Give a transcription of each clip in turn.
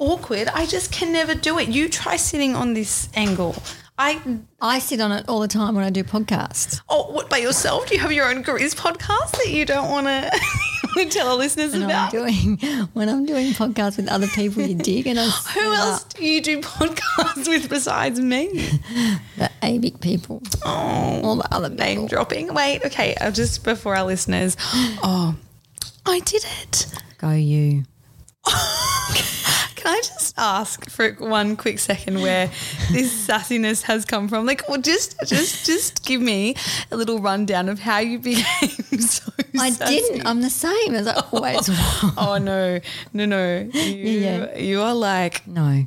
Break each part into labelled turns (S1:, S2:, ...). S1: liquid. I just can never do it. You try sitting on this angle. I
S2: I sit on it all the time when I do podcasts.
S1: oh, what by yourself? Do you have your own careers podcast that you don't want to tell our listeners
S2: When I'm
S1: about?
S2: doing when I'm doing podcasts with other people, you dig, and I
S1: Who else do you do podcasts with besides me?
S2: the abic people,
S1: Oh,
S2: all the other
S1: name
S2: people.
S1: dropping. Wait, okay, I'll just before our listeners. Oh, I did it.
S2: Go you.
S1: Can I just ask for one quick second where this sassiness has come from? Like, well, just, just, just give me a little rundown of how you became so.
S2: I
S1: sassy.
S2: didn't. I'm the same as I always was.
S1: Oh no, no, no! You,
S2: yeah.
S1: you are like
S2: No,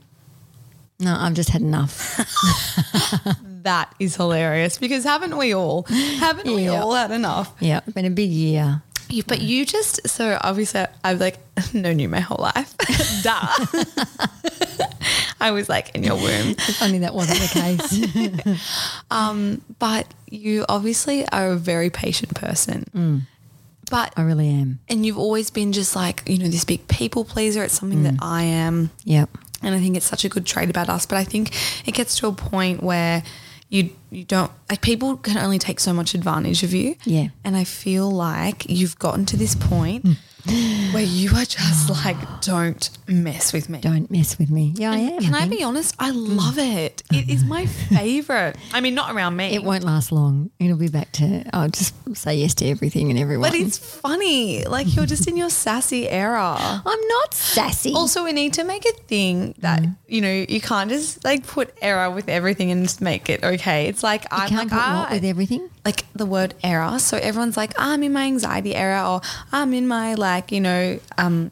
S2: no, I've just had enough.
S1: that is hilarious because haven't we all? Haven't we
S2: Yeah.
S1: all had enough?
S2: Yeah, it's been a big year.
S1: You, but you just so obviously I've like known you my whole life. Duh. I was like in your womb.
S2: If only that wasn't the case.
S1: Um, But you obviously are a very patient person.
S2: Mm.
S1: But
S2: I really am.
S1: and you've always been just like, you know, this big people pleaser. It's something
S2: Mm.
S1: that I am.
S2: Yep.
S1: And I think it's such a good trait about us. But I think it gets to a point where you you don't like people can only take so much advantage of you.
S2: Yeah.
S1: And I feel like you've gotten to this point where you are just like, don't mess with me.
S2: Mm. Don't mess with me. Yeah, I am.
S1: Can
S2: I
S1: I
S2: think. Mm.
S1: be honest? I love it. It is my favorite. I mean, not around me.
S2: It won't last long. It'll be back to. I'll just say yes to everything and everyone.
S1: but it's funny. Like you're just in your sassy era.
S2: I'm not sassy.
S1: Also, we need to make a thing that you know you can't just like put error with everything and just make it okay. It's like I'm
S2: Can't
S1: like,
S2: put what
S1: ah,
S2: with everything.
S1: like the word error. So everyone's like, I'm in my anxiety era, or I'm in my like you know um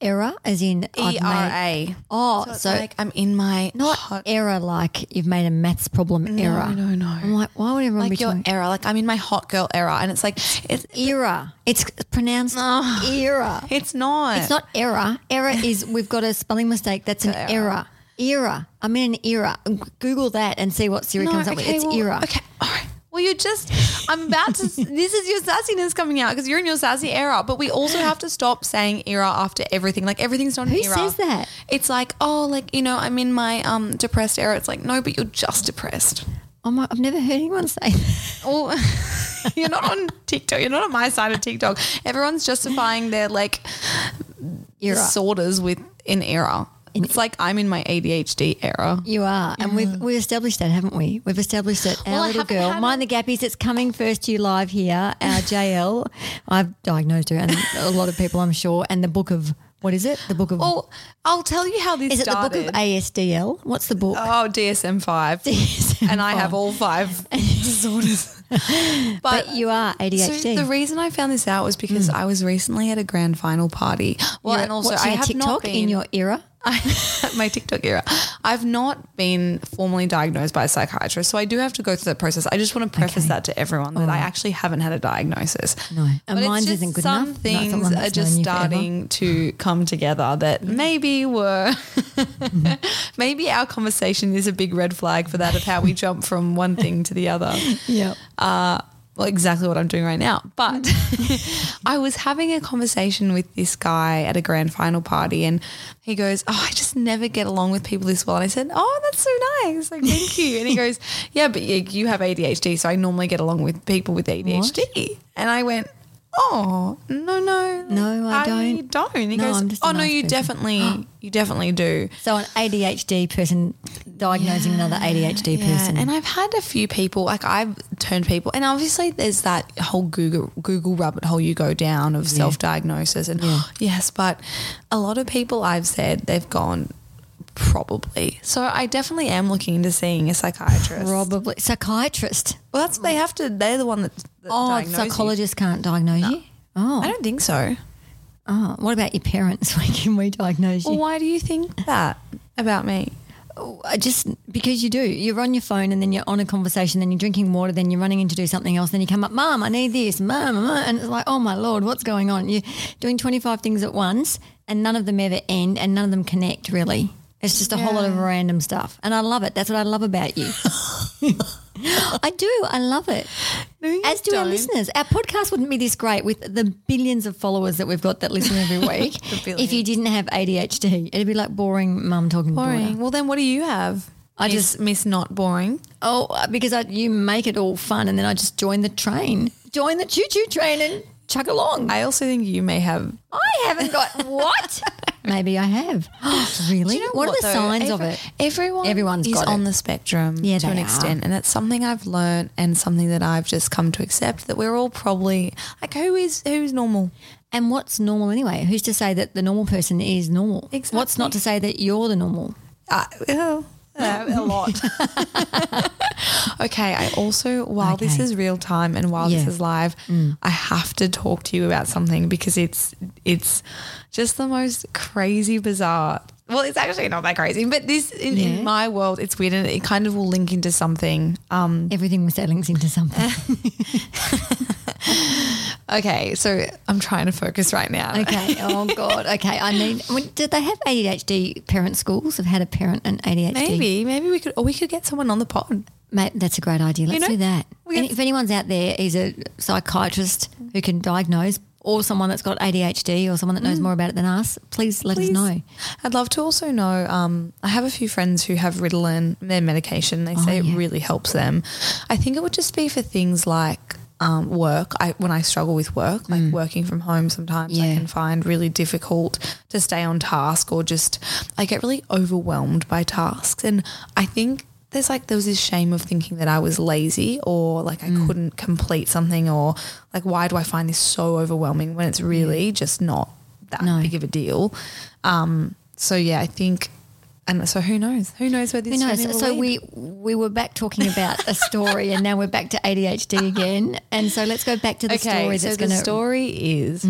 S2: Error, as in I've
S1: E
S2: made-
S1: R A.
S2: Oh,
S1: So,
S2: so,
S1: it's like I'm in my
S2: not
S1: hot-
S2: error like you've made a maths problem error.
S1: no, no.
S2: I'm like, why would everyone be
S1: like your
S2: talking?
S1: error. Like I'm in my hot girl era, and it's like it's
S2: Era. It's pronounced era.
S1: it's not.
S2: It's not error. Error is we've got a spelling mistake. That's an error. Era. I'm in an era. Google that and see what Siri comes up with. It's
S1: well,
S2: era.
S1: Okay, all right. Well, you're just, I'm about to, this is your sassiness coming out because you're in your sassy era, but we also have to stop saying era after everything. Like everything's not
S2: Who
S1: an era.
S2: says that?
S1: It's like, oh, like, you know, I'm in my um depressed era. It's like, no, but you're just depressed.
S2: Oh my, I've never heard anyone say that.
S1: Or you're not on TikTok. You're not on my side of TikTok. Everyone's justifying their like
S2: Era.
S1: disorders with an era. It's like I'm in my ADHD era.
S2: You are, and we've we've established that, haven't we? We've established that our
S1: Well, I
S2: little
S1: haven't
S2: girl,
S1: had
S2: mind the gappies, it's coming first to you live here. Our JL, I've diagnosed her, and a lot of people, I'm sure, and the book of what is it? The book of
S1: Oh, I'll tell you how this
S2: is it
S1: started.
S2: the book of ASDL? What's the book?
S1: Oh, DSM five. and I have all five disorders. But,
S2: but you are ADHD.
S1: so the reason I found this out was because I was recently at a grand final party. Hmm. Well,
S2: You're
S1: and also I
S2: watching a
S1: have
S2: TikTok
S1: not been
S2: in your era.
S1: I, my TikTok era. I've not been formally diagnosed by a psychiatrist, so I do have to go through that process. I just want to preface that to everyone that I actually haven't had a diagnosis.
S2: No, and
S1: But it's
S2: mine
S1: just
S2: isn't good
S1: some
S2: enough. Not
S1: things
S2: someone
S1: are
S2: that's
S1: just
S2: known you forever.
S1: starting to come together that maybe were Mm-hmm. maybe our conversation is a big red flag for that of how we jump from one thing to the other
S2: Yeah,
S1: uh, well, exactly what I'm doing right now. But I was having a conversation with this guy at a grand final party, and he goes, "Oh, I just never get along with people this well." And I said, "Oh, that's so nice. Like, thank you." And he goes, "Yeah, but you, you have ADHD, so I normally get along with people with ADHD." And I went. Oh no no
S2: No, I don't.
S1: don't. And he
S2: No, I'm
S1: goes,
S2: just a
S1: oh no,
S2: nice
S1: you
S2: person."
S1: definitely you definitely do.
S2: so an ADHD person diagnosing another ADHD person.
S1: And I've had a few people, like I've turned people, and obviously there's that whole Google Google rabbit hole you go down of self diagnosis, and yes, but a lot of people I've said they've gone probably. So I definitely am looking into seeing a psychiatrist.
S2: Probably psychiatrist.
S1: well, that's they have to. They're the one that, that
S2: Oh,
S1: diagnose you.
S2: psychologists can't diagnose you. Oh,
S1: I don't think so.
S2: Oh, what about your parents? When can we diagnose you?
S1: Well, why do you think that about me?
S2: I just because you do, you're on your phone and then you're on a conversation, then you're drinking water, then you're running in to do something else, then you come up, Mom, I need this, Mom, Mom," and it's like, oh my lord, what's going on? You're doing 25 things at once, and none of them ever end, and none of them connect really. It's just a whole lot of random stuff, and I love it. That's what I love about you. I do. I love it.
S1: you
S2: As do our
S1: don't.
S2: listeners. Our podcast wouldn't be this great with the billions of followers that we've got that listen every week. if you
S1: billions.
S2: didn't have ADHD, it'd be like boring mum talking to daughter.
S1: Boring. Well, then what do you have?
S2: I
S1: I
S2: just-
S1: just miss not boring.
S2: Oh, because I, you make it all fun and then I just join the train. Join the choo-choo train and chug along. I,
S1: I also think you may have.
S2: haven't got what? Maybe I have. really? what, are the
S1: though?
S2: signs of
S1: Every-
S2: it?
S1: Everyone,
S2: Everyone's
S1: is
S2: got it.
S1: on the spectrum
S2: Yeah,
S1: to an
S2: they
S1: extent, and that's something I've learned and something that I've just come to accept that we're all probably like who is who's normal.
S2: And what's normal anyway? Who's to say that the normal person is normal?
S1: Exactly.
S2: What's not to say that you're the normal?
S1: Uh, oh, uh, a lot. okay. I also, while this
S2: Okay.
S1: is real time and while
S2: Yeah. Mm.
S1: this is live, I have to talk to you about something because it's it's just the most crazy, bizarre. Well, it's actually not that crazy, but this in,
S2: Yeah.
S1: in my world, it's weird and it kind of will link into something. Um,
S2: Everything was that links into something.
S1: okay, so I'm trying to focus right now.
S2: Okay. Oh God. Okay. I need. I mean, did they have ADHD parent schools? Have had a parent and ADHD.
S1: Maybe, maybe we could, or we could get someone on the pod.
S2: Mate, that's a great idea. Let's
S1: know,
S2: do that.
S1: we
S2: And
S1: have-
S2: if anyone's out there is a psychiatrist who can diagnose, or someone that's got ADHD, or someone that knows more about it than us, please let us
S1: Mm. Please.
S2: know.
S1: I'd love to also know. Um, I have a few friends who have Ritalin, their medication. They say
S2: Oh, yeah.
S1: it really helps them. I think it would just be for things like um, work. I when I struggle with work,
S2: Mm.
S1: like working from home, sometimes
S2: Yeah.
S1: I can find really difficult to stay on task, or just I get really overwhelmed by tasks. And I think there's like there was this shame of thinking that I was lazy or like I
S2: Mm.
S1: couldn't complete something, or like why do I find this so overwhelming when it's really just not that
S2: No.
S1: big of a deal. Um, So yeah, I think, and so who knows? Who knows where this?
S2: Who knows?
S1: journey will
S2: So
S1: lead?
S2: we we were back talking about a story, and now we're back to ADHD again. And so let's go back to the story
S1: so
S2: that's Mm.
S1: the
S2: going to
S1: story is.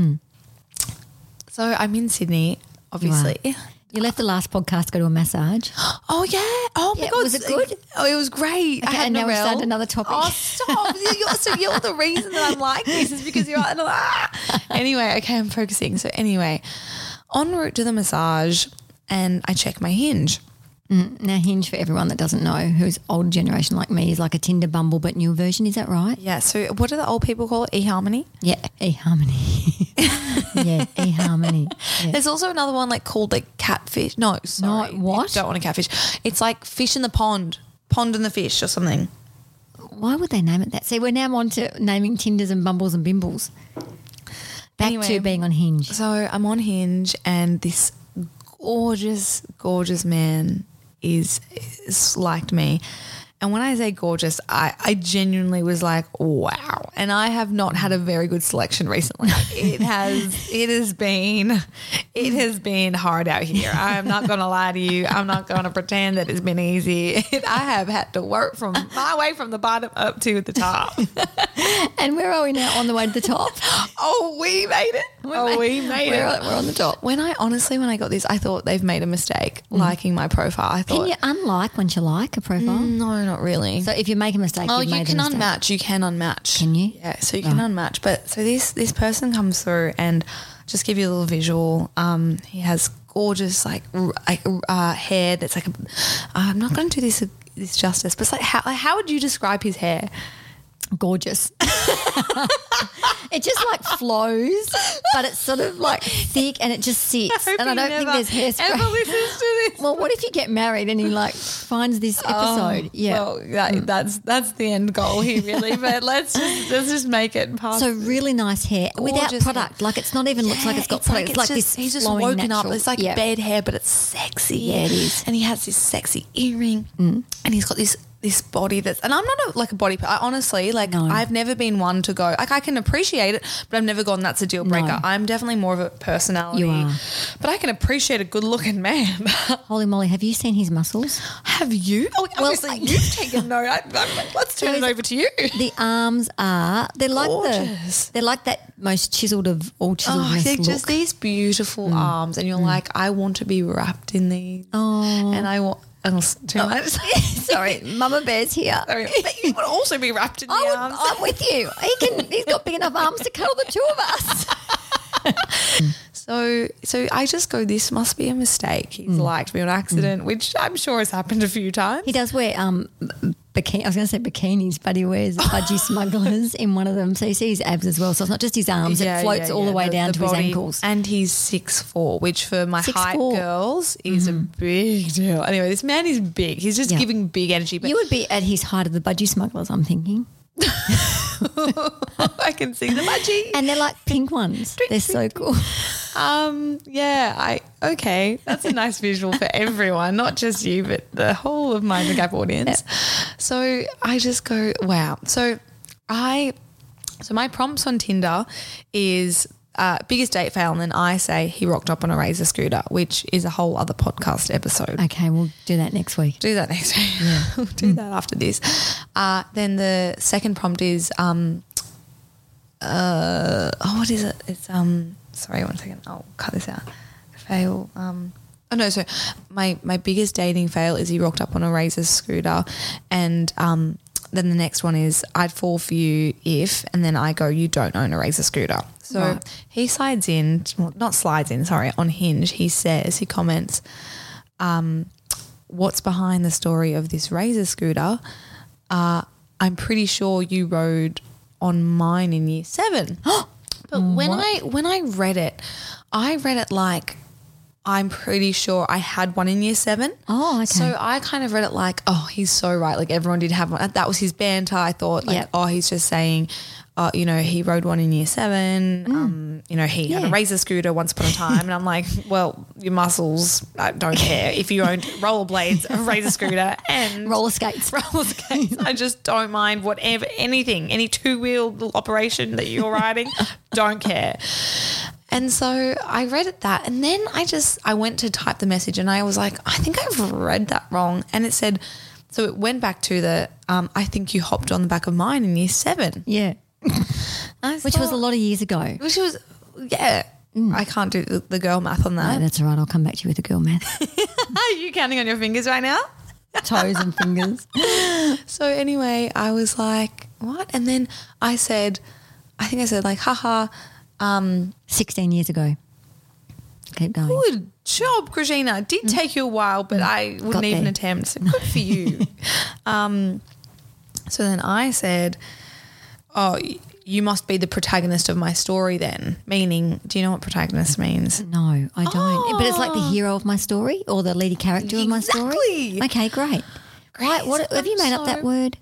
S1: So I'm in Sydney, obviously.
S2: You left the last podcast to go to a massage.
S1: Oh yeah! Oh my
S2: Yeah,
S1: god!
S2: was it good?
S1: Oh, it was great. I
S2: Okay,
S1: had
S2: and now we
S1: Narelle.
S2: found another topic.
S1: Oh stop! you're, so you're the reason that I'm like this is because you're. Ah. Anyway, okay, I'm focusing. So anyway, en route to the massage, and I check my hinge.
S2: Now, Hinge, for everyone that doesn't know, who's old generation like me, is like a Tinder Bumble but newer version. Is that right?
S1: Yeah. So what do the old people call it? eHarmony?
S2: Yeah, eHarmony. yeah, eHarmony. Yeah.
S1: There's also another one like called like catfish. No, sorry.
S2: No, what?
S1: You Don't want a catfish. It's like fish in the pond, pond in the fish or something.
S2: Why would they name it that? See, we're now on to naming Tinders and Bumbles and Bimbles. Back to
S1: Anyway.
S2: being on Hinge.
S1: So I'm on Hinge and this gorgeous, gorgeous man is, is liked me. And when I say gorgeous, I, I genuinely was like, wow. And I have not had a very good selection recently. It has it has been it has been hard out here. I'm not gonna lie to you. I'm not gonna pretend that it's been easy. I have had to work from my way from the bottom up to the top.
S2: And where are we now? On the way to the top?
S1: Oh, we made it. oh, we made
S2: we're,
S1: it.
S2: on- we're on the top.
S1: When I honestly, when I got this, I thought they've made a mistake liking my profile. I
S2: Can
S1: thought,
S2: you unlike once you like a profile?
S1: no, not really.
S2: So if Mm. you make a mistake,
S1: oh,
S2: you've
S1: you
S2: made
S1: can
S2: a mistake.
S1: unmatch. You can unmatch.
S2: Can you?
S1: Yeah, so you Oh. can unmatch. But so this this person comes through and just give you a little visual. Um, he has gorgeous like r- like uh, hair that's like a, uh, I'm not going to do this this justice, but it's like how how would you describe his hair?
S2: gorgeous. it just like flows, but it's sort of like thick and it just sits.
S1: hope
S2: and I
S1: he
S2: don't think
S1: never,
S2: there's hairspray.
S1: Ever listens to this?
S2: well, what if you get married and he like finds this episode? yeah.
S1: Oh,
S2: Mm.
S1: Well, that, that's that's the end goal here, really. but let's just, let's just make it past.
S2: so really nice hair without
S1: Gorgeous hair.
S2: product. Like it's not even looks like it's got product. It's like,
S1: just-
S2: this.
S1: He's just
S2: flowing
S1: woken
S2: natural.
S1: up. It's like
S2: Yeah.
S1: bed hair, but it's sexy.
S2: Yeah, it is. Mm.
S1: And he has this sexy earring, and he's got this this body that's. And I'm not a, like a body. I honestly like.
S2: No.
S1: I've never been one to go. Like I can appreciate it, but I've never gone. That's a deal breaker. I'm definitely more of a personality.
S2: You are.
S1: But I can appreciate a good looking man.
S2: Holy moly! Have you seen his muscles?
S1: Have you? Oh, obviously
S2: I-
S1: you've taken note. I, I, let's turn
S2: So
S1: it
S2: is-
S1: over to you.
S2: The arms are they're like
S1: Gorgeous.
S2: the they're like that most chiseled of all chiseled
S1: Oh, they're
S2: look. Mm.
S1: just these beautiful arms, and you're like, I want to be wrapped in these.
S2: Oh.
S1: and I want oh, s- too much.
S2: Sorry, Mama Bear's here.
S1: Sorry. But you would also be wrapped in the
S2: I would,
S1: arms.
S2: I'm with you. He can. He's got big enough arms to cuddle the two of us.
S1: So, so I just go, this must be a
S2: Mm.
S1: mistake. He's liked me on accident, which I'm sure has happened a few times.
S2: He does wear um, b- bikini. I was going to say bikinis, but he wears budgie smugglers in one of them. So you see his abs as well. So it's not just his arms; it floats all the way down to his
S1: body.
S2: ankles.
S1: And he's six four, which for my
S2: Six,
S1: height
S2: four. Mm-hmm.
S1: girls is a big deal. Anyway, this man is big. He's just
S2: Yeah.
S1: giving big energy. But
S2: You would be at his height of the budgie smugglers. I'm thinking,
S1: I can see the budgie.
S2: and they're like pink ones. They're so cool.
S1: Um, yeah, I okay. That's a nice visual for everyone, not just you, but the whole of my Gap audience. So I just go, wow. So I so my prompts on Tinder is uh, biggest date fail, and then I say he rocked up on a razor scooter, which is a whole other podcast episode.
S2: Okay, we'll do that next week.
S1: Do that next week. we'll do that after this. Uh, then the second prompt is, um, uh, oh, what is it? It's um, sorry, one second. I'll cut this out. Fail. Um, oh no, so my my biggest dating fail is he rocked up on a razor scooter, and um, then the next one is I'd fall for you if, and then I go you don't own a razor scooter. So
S2: Right.
S1: he slides in, well, not slides in, sorry, on Hinge. He says he comments what's behind the story of this razor scooter. Uh, I'm pretty sure you rode on mine in year seven. but
S2: Mm,
S1: when I when I read it, I read it like I'm pretty sure I had one in year seven.
S2: Oh, okay.
S1: So I kind of read it like, oh, he's so right. Like everyone did have one. That was his banter. I thought, like,
S2: Yep.
S1: oh, he's just saying, uh, you know, he rode one in year seven. Um, you know, he had a
S2: Mm. Yeah.
S1: razor scooter once upon a time. and I'm like, well, your muscles, I don't care if you owned rollerblades, a razor scooter, and
S2: Roller skates.
S1: roller skates. I just don't mind whatever, anything, any two wheeled operation that you're riding, don't care. And so I read it that, and then I just I went to type the message, and I was like, I think I've read that wrong, and it said, so it went back to the, um, I think you hopped on the back of mine in year seven,
S2: Yeah, which was a lot of years ago.
S1: which was, yeah, I can't do the, the girl math on
S2: Oh,
S1: that.
S2: that's all right. I'll come back to you with the girl math,
S1: Are you counting on your fingers right now?
S2: toes and fingers.
S1: So anyway, I was like, what? And then I said, I think I said like, haha, um,
S2: Sixteen years ago. Keep going.
S1: good job, Christina. It did take you a while, but I wouldn't
S2: Got
S1: even
S2: there.
S1: attempt. So good for you. um, so then I said, oh, y- you must be the protagonist of my story then. Meaning, do you know what protagonist means?
S2: No, I don't. But it's like the hero of my story or the leading character of my
S1: Ah. Exactly.
S2: story. Okay, great. Why, what, have you made up that
S1: So-
S2: word?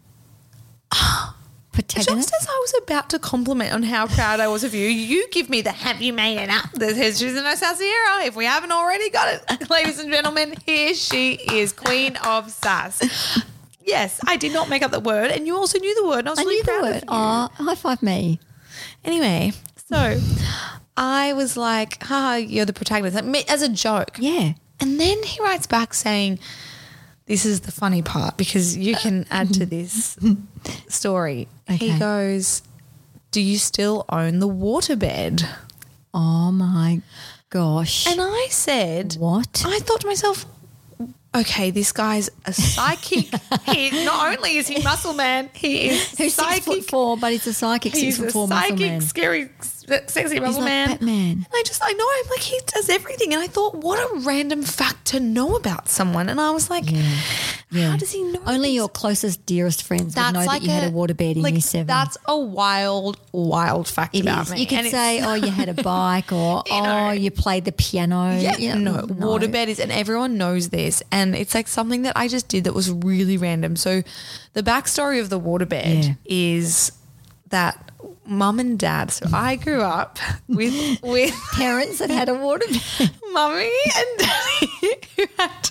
S1: Just
S2: Protagonist.
S1: as I was about to compliment on how proud I was of you, you give me the have you made it up? This is She's in Sassiera. If we haven't already got it, ladies and gentlemen, here she is, Queen of Sass. Yes, I did not make up the word, and you also knew the word. And I was
S2: I
S1: really
S2: knew the
S1: proud
S2: word.
S1: of you.
S2: Oh, high five me.
S1: Anyway, so I was like, "Ha, you're the protagonist," like, me- as a joke.
S2: Yeah.
S1: And then he writes back saying, This is the funny part because you can add to this story. He
S2: Okay.
S1: goes, Do you still own the waterbed?
S2: Oh my gosh.
S1: And I said,
S2: what?
S1: I thought to myself, Okay, this guy's a psychic. he not only is he muscle man, he is
S2: Who's six foot
S1: psychic.
S2: four, but he's a psychic
S1: He's
S2: six foot
S1: a
S2: four muscle
S1: psychic,
S2: man.
S1: scary, s- sexy muscle
S2: like
S1: man.
S2: Batman.
S1: And I just, I know, I'm like, he does everything. And I thought, what a random fact to know about someone. And I was like, how does he know?
S2: Only
S1: this?
S2: your closest, dearest friends would know that you had a waterbed in
S1: like,
S2: year seven.
S1: That's a wild, wild fact
S2: it
S1: about
S2: is.
S1: me.
S2: You could
S1: And
S2: say,
S1: it's-
S2: oh, you had a bike, or
S1: You know.
S2: oh, you played the piano.
S1: yeah,
S2: You
S1: no,
S2: know,
S1: waterbed is, and everyone knows this, and it's like something that I just did that was really random. So, the backstory of the waterbed
S2: Yeah.
S1: is that mum and dad. So I grew up with with
S2: Parents that had a waterbed.
S1: mummy and daddy who had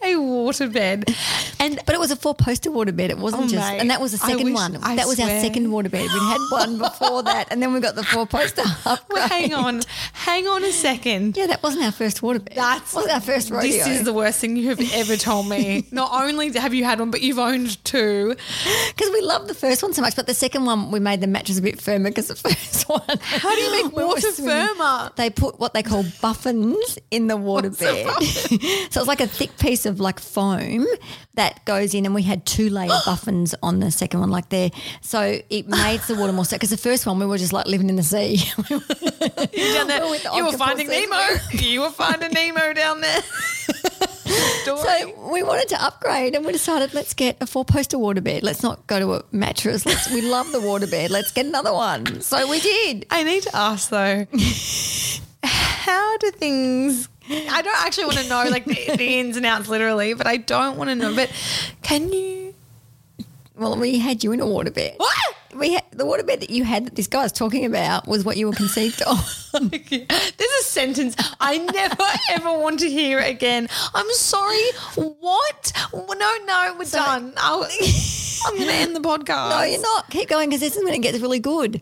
S1: a waterbed.
S2: And but it was a four poster waterbed. It wasn't
S1: Oh,
S2: just,
S1: mate.
S2: and that was the
S1: I
S2: second
S1: wish-
S2: one.
S1: I
S2: that was our
S1: swear.
S2: second waterbed. We had one before that, and then we got the four poster.
S1: Well,
S2: upgrade.
S1: hang on, hang on a second.
S2: Yeah, that wasn't our first waterbed.
S1: That's-
S2: wasn't our first rodeo.
S1: This is the worst thing you have ever told me. Not only have you had one, but you've owned two.
S2: because we loved the first one so much, but the second one we made the mattress a bit firmer because the first one. How
S1: do you make water firmer?
S2: They put what they call buffins in the water bed, so it's like a thick piece of like foam that goes in, and we had two layer buffins on the second one, like there. So it made the water more so because the first one we were just like living in the sea.
S1: Down there,
S2: Well, with
S1: you were
S2: octopuses.
S1: finding Nemo. You were finding Nemo down there. story.
S2: So we wanted to upgrade and we decided let's get a four poster waterbed. Let's not go to a mattress. Let's, we love the waterbed. Let's get another one. So we did.
S1: I need to ask though, how do things? I don't actually want to know like the, the ins and outs literally, but I don't want to know. But can you?
S2: Well, we had you in a waterbed.
S1: What?
S2: We had, the waterbed that you had that this guy was talking about was what you were conceived of.
S1: This is a sentence I never ever want to hear again. I'm sorry. What? No, no, we're done. I'll, I'm going to end the podcast.
S2: No, Oh, you're not. Keep going because this is when it gets really good.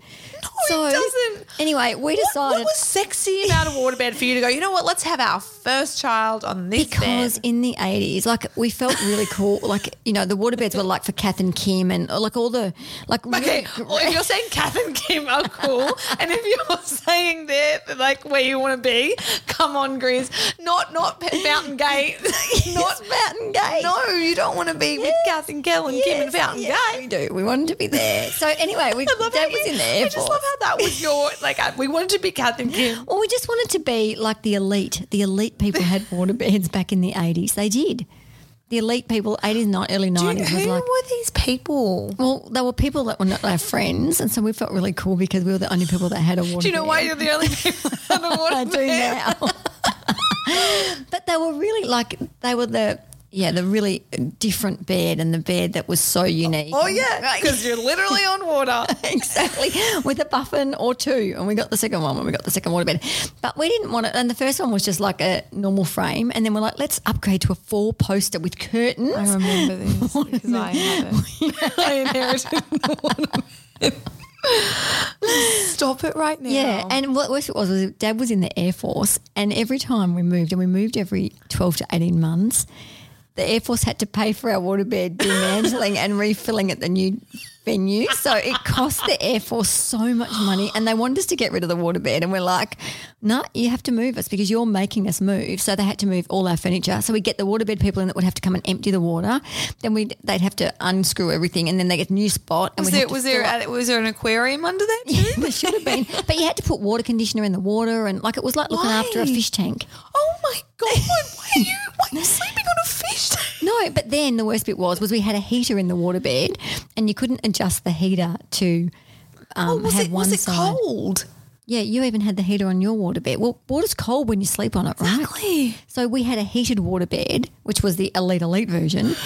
S2: No,
S1: it doesn't.
S2: Anyway, we
S1: What,
S2: decided
S1: what was sexy about a waterbed for you to go? You know what? Let's have our first child on this
S2: because
S1: bed.
S2: in the 80s, like we felt really cool. Like, you know, the waterbeds were like for Kath and Kim and uh, like all the, like,
S1: Okay, Oh
S2: really
S1: well, if you're saying Kath and Kim are cool, and if you're saying they're like where you want to be, come on, Grizz. Not not Pe- Fountain Gate. not
S2: Mountain Gate.
S1: No, you don't want to be with Kath and Kel and Kim and Fountain
S2: yeah,
S1: Gate.
S2: We do. We wanted to be there. So anyway, we,
S1: I love
S2: Dad
S1: how
S2: was
S1: you-
S2: in the
S1: I
S2: Air
S1: just
S2: Force.
S1: love how that was your like. I- We wanted to be Kath and Kim.
S2: well, we just wanted to be like the elite. The elite people had waterbeds back in the 80s. They did. The elite people, 80s, not early 90s, was
S1: Who
S2: like,
S1: were these people?
S2: well, there were people that were not our friends. And so we felt really cool because we were the only people that had a waterbed.
S1: Do you know why you're the only people on the
S2: I
S1: waterbed?
S2: do now. but they were really like they were the yeah the really different bed and the bed that was so unique.
S1: Oh yeah, because you're literally on water.
S2: exactly with a buffin or two, and we got the second one when we got the second waterbed. But we didn't want it, and the first one was just like a normal frame, and then we're like, let's upgrade to a four poster with curtains.
S1: I remember this because I had it. I inherited the waterbed. Stop it right now.
S2: Yeah, and what worse it was was Dad was in the Air Force, and every time we moved, and we moved every twelve to eighteen months, the Air Force had to pay for our waterbed dismantling and refilling at the new venue. So it cost the Air Force so much money, and they wanted us to get rid of the waterbed, and we're like, "No, you have to move us because you're making us move." So they had to move all our furniture. So we get the waterbed people in that would have to come and empty the water. Then we they'd have to unscrew everything, and then they get a new spot. And we'd
S1: was there
S2: have to
S1: was
S2: fill
S1: there
S2: up
S1: a, was there an aquarium under there too?
S2: there should have been. But you had to put water conditioner in the water and like it was like looking
S1: Why?
S2: after a fish tank.
S1: Oh my god! Why are you why are you sleeping on a fish tank?
S2: No, but then the worst bit was was we had a heater in the waterbed and you couldn't adjust the heater to um,
S1: Oh, was
S2: have
S1: it
S2: one
S1: was it
S2: side.
S1: cold?
S2: Yeah, you even had the heater on your waterbed. Well, water's cold when you sleep on it, right?
S1: Exactly.
S2: So we had a heated waterbed, which was the elite elite version.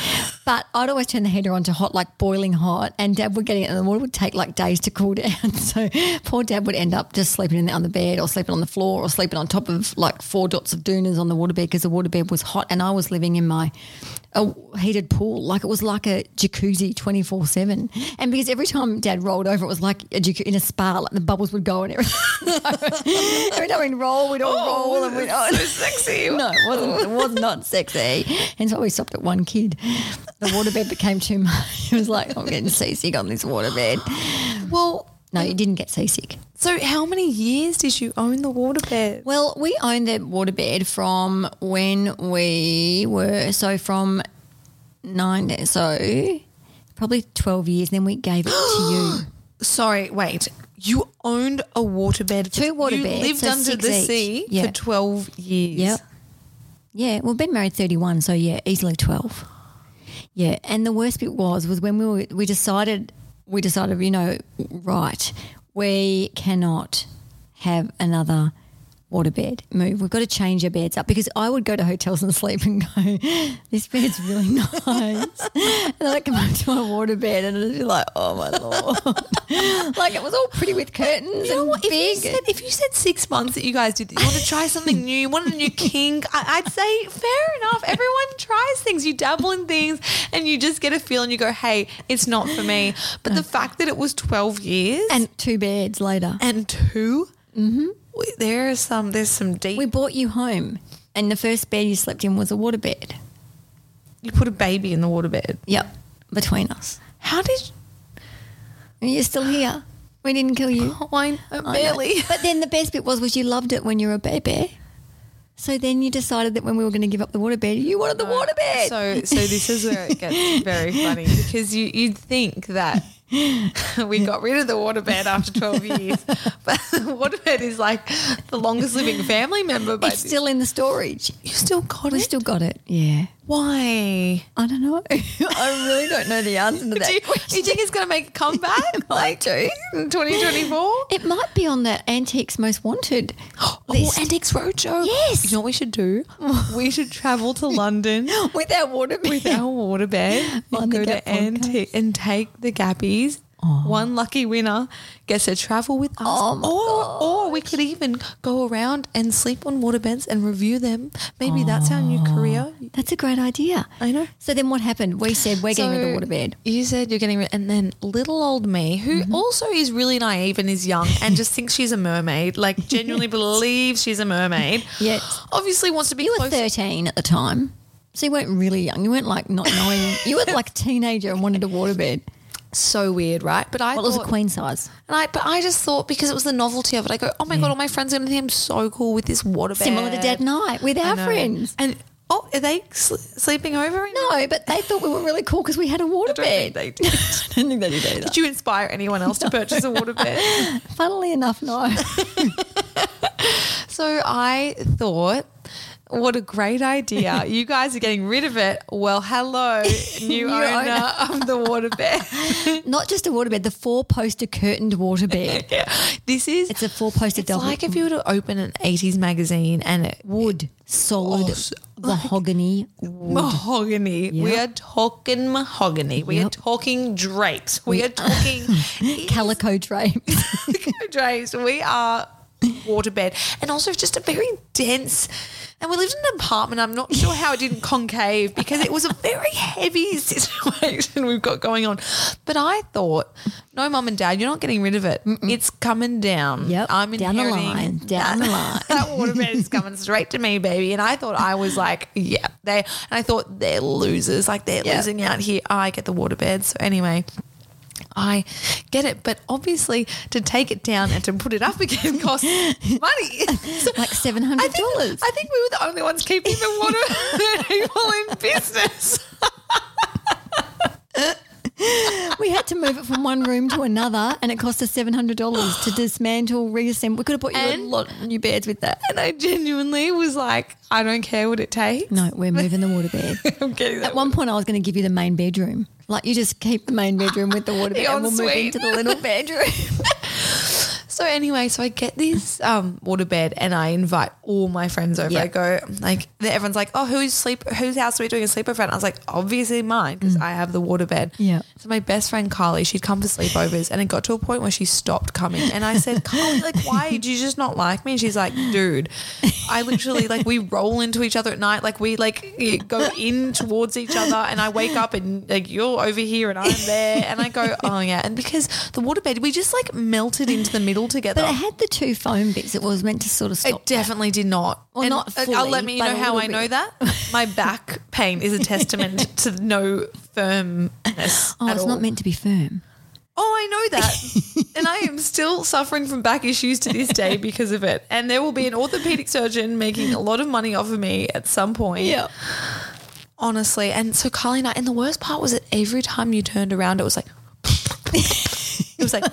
S2: But I'd always turn the heater on to hot, like boiling hot, and Dad would get it, and the water would take like days to cool down. So poor Dad would end up just sleeping in the, on the bed, or sleeping on the floor, or sleeping on top of like four dots of doonas on the waterbed because the waterbed was hot, and I was living in my a heated pool, like it was like a jacuzzi twenty four seven. And because every time Dad rolled over, it was like a jacuzzi in a spa, like the bubbles would go and everything. every time we'd roll, we'd all roll, and we'd
S1: so sexy.
S2: no, it wasn't. It was not sexy. Hence why we stopped at one kid. The waterbed became too much. It was like I'm getting seasick on this waterbed.
S1: Well,
S2: No, you didn't get seasick.
S1: so how many years did you own the waterbed?
S2: Well, we owned the waterbed from when we were so from nine. So probably twelve years. Then we gave it to you.
S1: Sorry, wait. You owned a waterbed.
S2: Two
S1: You
S2: waterbeds,
S1: lived
S2: so
S1: under
S2: six
S1: the
S2: each.
S1: sea
S2: Yeah.
S1: for twelve years.
S2: Yep. Yeah, we've been married 31, so yeah, easily 12. Yeah, and the worst bit was was when we were, we decided we decided, you know, right, we cannot have another waterbed move. We've got to change our beds up because I would go to hotels and sleep and go, this bed's really nice. and then I come up to my waterbed and I'd be like, oh my lord. like it was all pretty with curtains
S1: You know
S2: and
S1: what? If you,
S2: big.
S1: said, if you said six months that you guys did, you want to try something new, you want a new kink, I, I'd say fair enough. Everyone tries things. You dabble in things and you just get a feel and you go, hey, it's not for me. But the fact that it was 12 years and,
S2: and two beds later.
S1: and 2 mm-hmm. there are some, there's some deep.
S2: We brought you home, and the first bed you slept in was a water bed.
S1: you put a baby in the waterbed.
S2: Yep, between us.
S1: How did
S2: And you're still here. We didn't kill you.
S1: you? I know,
S2: I know.
S1: Oh, barely.
S2: But then the best bit was was you loved it when you were a baby. So then you decided that when we were going to give up the water bed, you wanted the water bed.
S1: Oh, So, so this is where it gets very funny because you, you'd think that we got rid of the waterbed after 12 years, but the waterbed is like the longest living family member. But
S2: it's still in the storage.
S1: you still got
S2: We
S1: it.
S2: still got it. Yeah.
S1: Why?
S2: I don't know. I really don't know the answer to that.
S1: Do you, you think it's going to make a comeback? like in 2024?
S2: it might be on the Antiques Most Wanted
S1: Oh,
S2: list.
S1: Antiques Roadshow.
S2: Yes.
S1: You know what we should do? we should travel to London
S2: with our water bill.
S1: with our water bed
S2: On
S1: and
S2: the
S1: go
S2: Gap
S1: to Antique and take the Gappies. One lucky winner gets to travel with us.
S2: Oh my
S1: or, or we could even go around and sleep on water beds and review them. Maybe that's our new career.
S2: That's a great idea.
S1: I know.
S2: So then what happened? We said we're getting rid of the waterbed.
S1: You said you're getting rid, and then little old me, who also is really naive and is young and just thinks she's a mermaid, like genuinely believes she's a mermaid.
S2: Yes.
S1: obviously wants to be
S2: You were
S1: close.
S2: 13 at the time. So you weren't really young. You weren't like not knowing. you were like a teenager and wanted a waterbed.
S1: So weird, right? But I
S2: Well, it was a
S1: thought-
S2: queen size.
S1: and I, but I just thought because it was the novelty of it, I go, oh my god, all my friends are going to think I'm so cool with this water bed.
S2: Similar to Dad and I with
S1: I
S2: our
S1: know.
S2: friends.
S1: And oh, are they sl- sleeping over? in-
S2: No, but they thought we were really cool because we had a waterbed.
S1: think they did.
S2: I don't think they did either.
S1: Did you inspire anyone else to purchase a water bed?
S2: Funnily enough, no.
S1: So I thought, what a great idea. you guys are getting rid of it. Well, hello, new,
S2: New
S1: owner,
S2: owner.
S1: of the waterbed.
S2: Not just a waterbed, the four poster curtained waterbed.
S1: This is
S2: It's a four poster
S1: it's
S2: double.
S1: like if you were to open an 80s magazine and it
S2: wood, solid,
S1: s-
S2: mahogany.
S1: mahogany. We are talking mahogany. We are
S2: Yep.
S1: talking drapes. We are talking
S2: Calico drape.
S1: drapes. We are waterbed. And also just a very dense and we lived in an apartment. I'm not sure how it didn't concave because it was a very heavy situation we've got going on. But I thought, no, mum and dad, you're not getting rid of it. It's coming down.
S2: Yep,
S1: I'm
S2: down the
S1: inheriting
S2: line, down
S1: that-
S2: the line.
S1: that waterbed is coming straight to me, baby. And I thought I was like, yeah, they. And I thought they're losers. Like they're
S2: Yeah.
S1: losing out here. I get the waterbed. So anyway. I get it, but obviously to take it down and to put it up again costs money. So
S2: Like
S1: I
S2: $700.
S1: think, I think we were the only ones keeping the water people in business.
S2: We had to move it from one room to another, and it cost us seven hundred dollars to dismantle, reassemble. We could have bought you a
S1: And-
S2: lot of new beds with that.
S1: And I genuinely was like, I don't care what it takes.
S2: No, we're moving the waterbed.
S1: I'm getting that
S2: At one point, I was going to give you the main bedroom. Like you just keep the main bedroom with the waterbed,
S1: The
S2: and we'll move
S1: ensuite.
S2: into the little bedroom.
S1: So anyway, so I get this um, waterbed and I invite all my friends over.
S2: Yeah.
S1: I go like everyone's like, "Oh, who's sleep? Whose house are we doing a sleepover?" And I was like, "Obviously mine because I have the waterbed."
S2: Mm. Yeah.
S1: So my best friend Carly, she'd come for sleepovers, and it got to a point where she stopped coming. And I said, "Carly, like, why do you just not like me?" And she's like, "Dude, I literally like we roll into each other at night, like we like go in towards each other, and I wake up and like you're over here and I'm there, and I go, oh yeah." And because the waterbed, we just like melted into the middle together.
S2: But it had the two foam bits. It was meant to sort of stop.
S1: It definitely did not.
S2: Well, not
S1: uh, I'll
S2: fully,
S1: let me
S2: but
S1: know
S2: a
S1: how I
S2: little
S1: know
S2: bit.
S1: that. My back pain is a testament to no firmness.
S2: oh,
S1: at
S2: it's
S1: all.
S2: not meant to be firm.
S1: Oh, I know that. and I am still suffering from back issues to this day because of it. And there will be an orthopedic surgeon making a lot of money off of me at some point. Honestly. And so Carly and I, and the worst part was that every time you turned around, it was like, it was like,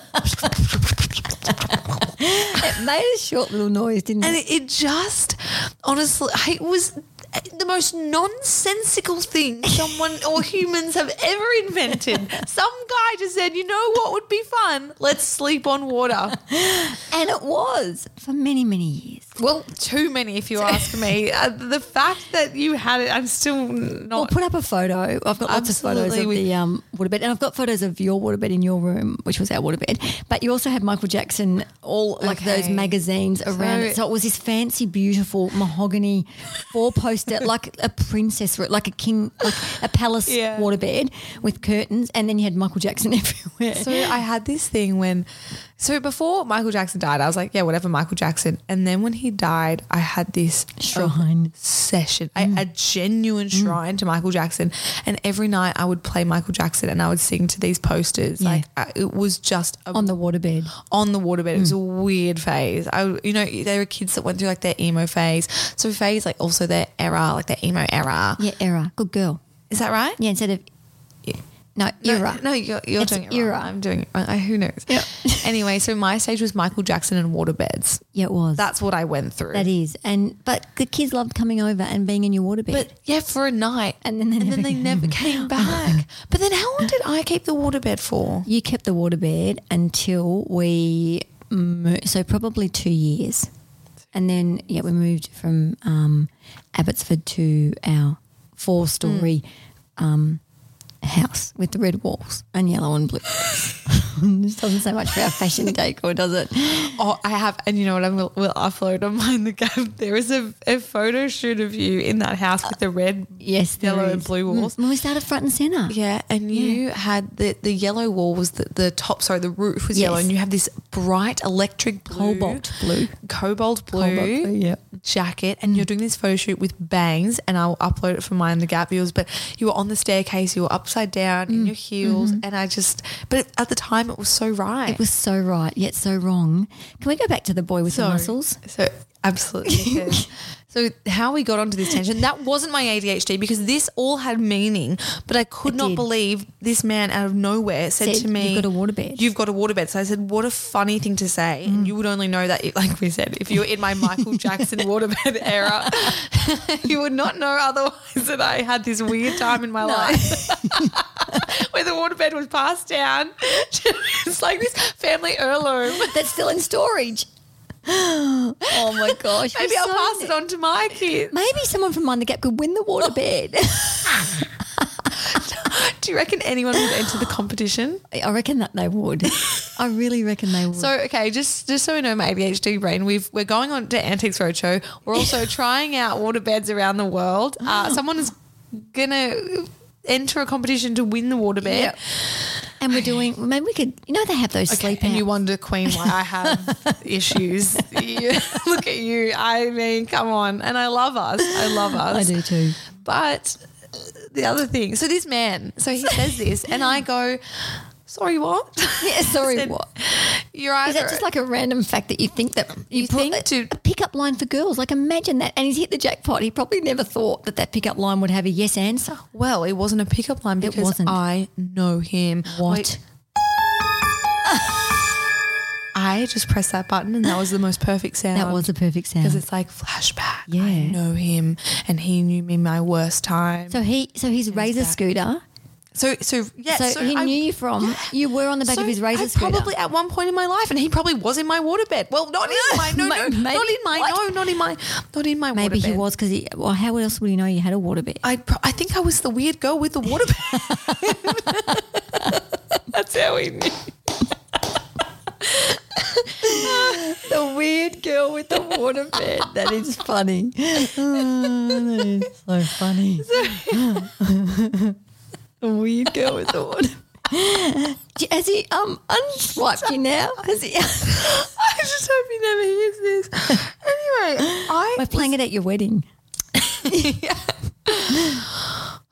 S2: it made a short little noise, didn't
S1: and
S2: it?
S1: it, it just, honestly, I- it was the most nonsensical thing someone or humans have ever invented. Some guy just said, you know what would be fun? Let's sleep on water.
S2: And it was for many, many years.
S1: Well, too many, if you ask me. Uh, the fact that you had it, I'm still not.
S2: We'll put up a photo. I've got lots of photos
S1: Absolutely,
S2: of
S1: we-
S2: the um, waterbed, and I've got photos of your waterbed in your room, which was our waterbed. But you also had Michael Jackson, all like those
S1: Okay.
S2: magazines around it.
S1: So-
S2: So it was this fancy, beautiful mahogany four poster, like a princess, ro- like a king, like a palace
S1: Yeah.
S2: waterbed with curtains, and then you had Michael Jackson everywhere.
S1: so I had this thing when, so before Michael Jackson died, I was like, yeah, whatever, Michael Jackson. And then when he died, I had this
S2: Shrine.
S1: session, a, a genuine shrine to Michael Jackson. And every night I would play Michael Jackson and I would sing to these posters.
S2: Yeah.
S1: Like I, it was just a
S2: on the waterbed.
S1: on the waterbed. It was a weird phase. I, you know, there were kids that went through like their emo phase. So phase, like also their era, like their emo era.
S2: Yeah, era. Good girl.
S1: Is that right?
S2: Yeah, instead of No, era.
S1: No, you're, you're
S2: It's
S1: doing it
S2: era.
S1: Wrong. I'm doing it. Wrong. I, who knows?
S2: Yep.
S1: anyway, so my stage was Michael Jackson and waterbeds.
S2: Yeah, it was.
S1: That's what I went through.
S2: that is. And but the kids loved coming over and being in your waterbed.
S1: but yeah, for a night,
S2: And then they never
S1: they never came back. But then, how long did I keep the waterbed for?
S2: you kept the waterbed until we mo- so probably two years, and then yeah, we moved from um, Abbotsford to our four-story
S1: Mm.
S2: um, house with the red walls and yellow and blue. This doesn't say much for our fashion decor, does it?
S1: Oh, I have, and you know what? I'm will we'll upload on mine the gap. There is a, a photo shoot of you in that house with the red,
S2: Yes, there
S1: yellow,
S2: is.
S1: and blue walls.
S2: Mm, Well, we started front and centre.
S1: Uh, Yeah, and you had the the yellow wall was the, the top. Sorry, the roof was yellow,
S2: Yes.
S1: and you have this bright electric blue,
S2: Cobalt blue.
S1: cobalt blue,
S2: Cobalt blue, yeah.
S1: jacket, and you're
S2: Mm.
S1: doing this photo shoot with bangs. And I'll upload it for mine in the gap viewers. But you were on the staircase, you were upside down
S2: Mm.
S1: in your heels, and I just. But at the time, it was so right.
S2: Mm-hmm. It was so right, yet so wrong. Can we go back to the boy with the muscles?
S1: So absolutely. because- so how we got onto this tension? That wasn't my ADHD because this all had meaning, but I could not
S2: did.
S1: believe this man out of nowhere said,
S2: Said,
S1: to me,
S2: "You've got a waterbed."
S1: You've got a waterbed." So I said, "What a funny thing to say!" And
S2: Mm.
S1: you would only know that, like we said, if you were in my Michael Jackson waterbed era, you would not know otherwise that I had this weird time in my life where the waterbed was passed down. it's like this family heirloom.
S2: That's still in storage. oh my gosh.
S1: Maybe
S2: we're
S1: I'll
S2: so
S1: pass it Oh. on to my kids.
S2: Maybe someone from Mind the Gap could win the waterbed.
S1: Do you reckon anyone would enter the competition?
S2: I reckon that they would. I really reckon they would.
S1: So okay, just just so we know, my ADHD brain, we've we're going on to Antiques Roadshow. We're also trying out waterbeds around the world. Uh, someone is gonna enter a competition to win the waterbed.
S2: Yeah. and we're doing, maybe we could, you know, they have those
S1: Okay,
S2: sleep
S1: and
S2: out.
S1: you wonder, Queen, why I have issues. You- look at you. I mean, come on. And I love us. I love us.
S2: I do too.
S1: But uh, the other thing, so this man, so he says this, and I go, sorry, what?
S2: Yeah, sorry,
S1: Said,
S2: what?
S1: You're either
S2: Is that just like a random fact that you think that you, put
S1: think
S2: a,
S1: to-
S2: a pickup line for girls? Like imagine that, and he's hit the jackpot. He probably never thought that that pickup line would have a yes answer.
S1: Well, it wasn't a pickup line because
S2: wasn't.
S1: I know him.
S2: What?
S1: Wait, I just pressed that button and that was the most perfect sound.
S2: that was a perfect
S1: um, because
S2: sound.
S1: it's like flashback. I
S2: Yeah.
S1: know him and he knew me my worst time. So
S2: So he, so his razor
S1: back.
S2: scooter.
S1: so, so yeah,
S2: So, he
S1: I-
S2: knew you from you were on the back
S1: so
S2: of his razor
S1: I
S2: scooter.
S1: probably at one point in my life, and he probably was in my waterbed. Well, not in my no, no,
S2: Maybe-
S1: not in my
S2: what?
S1: no, not in my not in my
S2: Maybe
S1: waterbed.
S2: he was because he. Well, how else would he know you had a waterbed?
S1: I pro- I think I was the weird girl with the waterbed. That's how he knew.
S2: The weird girl with the waterbed. that is funny. Oh, that is so funny. the weird girl with the waterbed. Has he um unswiped you now? Has he?
S1: I just hope he never hears this. Anyway, I
S2: We're playing it at your wedding.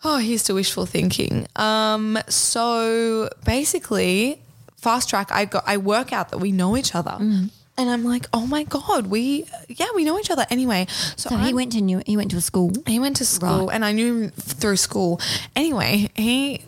S1: oh, here's to wishful thinking. Um, so basically, fast track. I got I work out that we know each other, and I'm like, oh my god, we yeah, we know each other. Anyway, so,
S2: So
S1: I
S2: he went to new, he went to a school.
S1: He went to school, and I knew him through school. Anyway, he.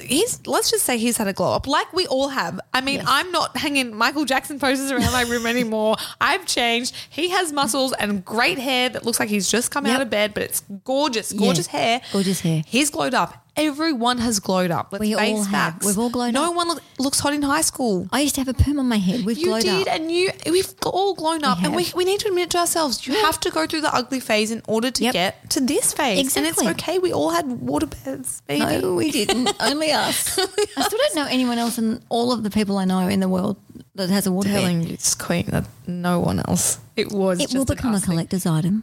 S1: He's let's just say he's had a glow up, like we all have. I mean, I'm not hanging Michael Jackson posters around my room anymore. I've changed. He has muscles and great hair that looks like he's just come out
S2: Yep.
S1: of bed, but it's gorgeous, gorgeous hair,
S2: gorgeous hair.
S1: He's glowed up. Everyone has glowed up. Let's
S2: We all
S1: face
S2: have.
S1: facts.
S2: We've all glowed
S1: no
S2: up.
S1: one look, looks hot in high school.
S2: I used to have a perm on my head. We've
S1: You
S2: glowed
S1: did,
S2: up.
S1: and you we've all grown up, and we,
S2: have.
S1: we need to admit it to ourselves. You have to go through the ugly phase in order to
S2: Yep.
S1: get to this phase,
S2: Exactly.
S1: and it's okay. We all had waterbeds, baby.
S2: No, we didn't. Only us. I still don't know anyone else in all of the people I know in the world that has a waterbed.
S1: Telling you, it's queen that no one else. It was.
S2: It will become a collector's item.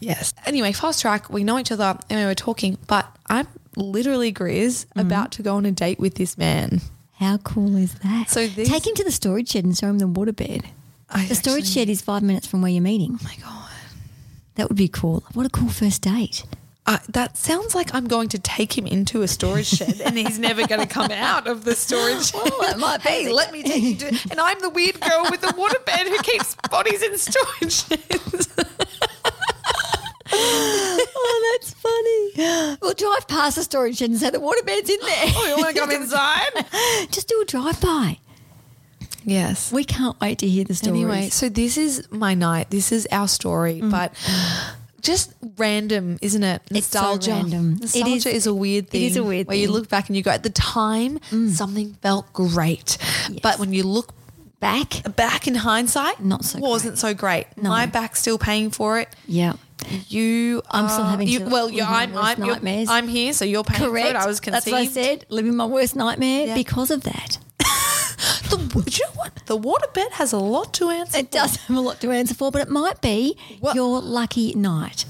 S1: Yes. Anyway, fast track. We know each other, and we were talking. But I'm literally Grizz
S2: Mm-hmm.
S1: about to go on a date with this man.
S2: How cool is that?
S1: So these-
S2: take him to the storage shed and show him the waterbed.
S1: I
S2: The storage
S1: actually-
S2: shed is five minutes from where you're meeting.
S1: Oh my god.
S2: That would be cool. What a cool first date.
S1: Uh, that sounds like I'm going to take him into a storage shed and he's never going to come out of the storage shed.
S2: Well, that might be.
S1: hey, let me take you to. And I'm the weird girl with the waterbed who keeps bodies in storage sheds.
S2: Oh, that's funny. We'll drive past the storage shed and say the waterbed's in there.
S1: Oh, you want to come inside?
S2: Just do a drive by.
S1: yes.
S2: We can't wait to hear the stories. Mm.
S1: Anyway, so this is my night. This is our story, but just random, isn't it?
S2: It's so
S1: Nostalgia.
S2: random. It
S1: Nostalgia
S2: is-
S1: is, a weird
S2: it
S1: thing.
S2: is a weird
S1: where you
S2: thing. Mm.
S1: look back and you go, at the time, something felt great,
S2: Yes.
S1: but when you look
S2: back.
S1: back in hindsight,
S2: Not so
S1: wasn't so great.
S2: No.
S1: My back's still paying for it.
S2: Yeah.
S1: You,
S2: I'm still
S1: are-
S2: having
S1: you,
S2: to-
S1: well, you're,
S2: living my
S1: I'm,
S2: worst
S1: I'm, you're,
S2: nightmares.
S1: I'm here, so you're paying for
S2: Correct.
S1: it. I was
S2: That's
S1: conceived.
S2: what I said. Living my worst nightmare
S1: Yeah.
S2: because of that.
S1: The, do you know what? The waterbed has a lot to answer.
S2: It does have a lot to answer for, but it might be
S1: What?
S2: your lucky night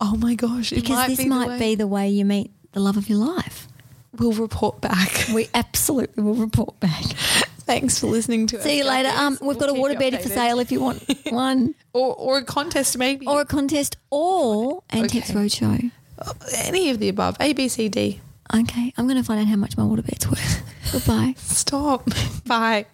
S1: Oh my gosh! It
S2: because
S1: might
S2: this
S1: be
S2: might
S1: the way.
S2: be the way you meet the love of your life.
S1: We'll report back.
S2: We absolutely will report back.
S1: Thanks for listening to us.
S2: See you later.
S1: guys.
S2: Um, we've got a
S1: We'll keep you
S2: waterbed for
S1: updated.
S2: sale if you want one,
S1: or or a contest maybe,
S2: or
S1: or
S2: a contest, or Antiques
S1: Okay.
S2: Roadshow.
S1: any of the above. A B C D.
S2: Okay, I'm going to find out how much my waterbed's worth. Goodbye.
S1: Stop. Bye.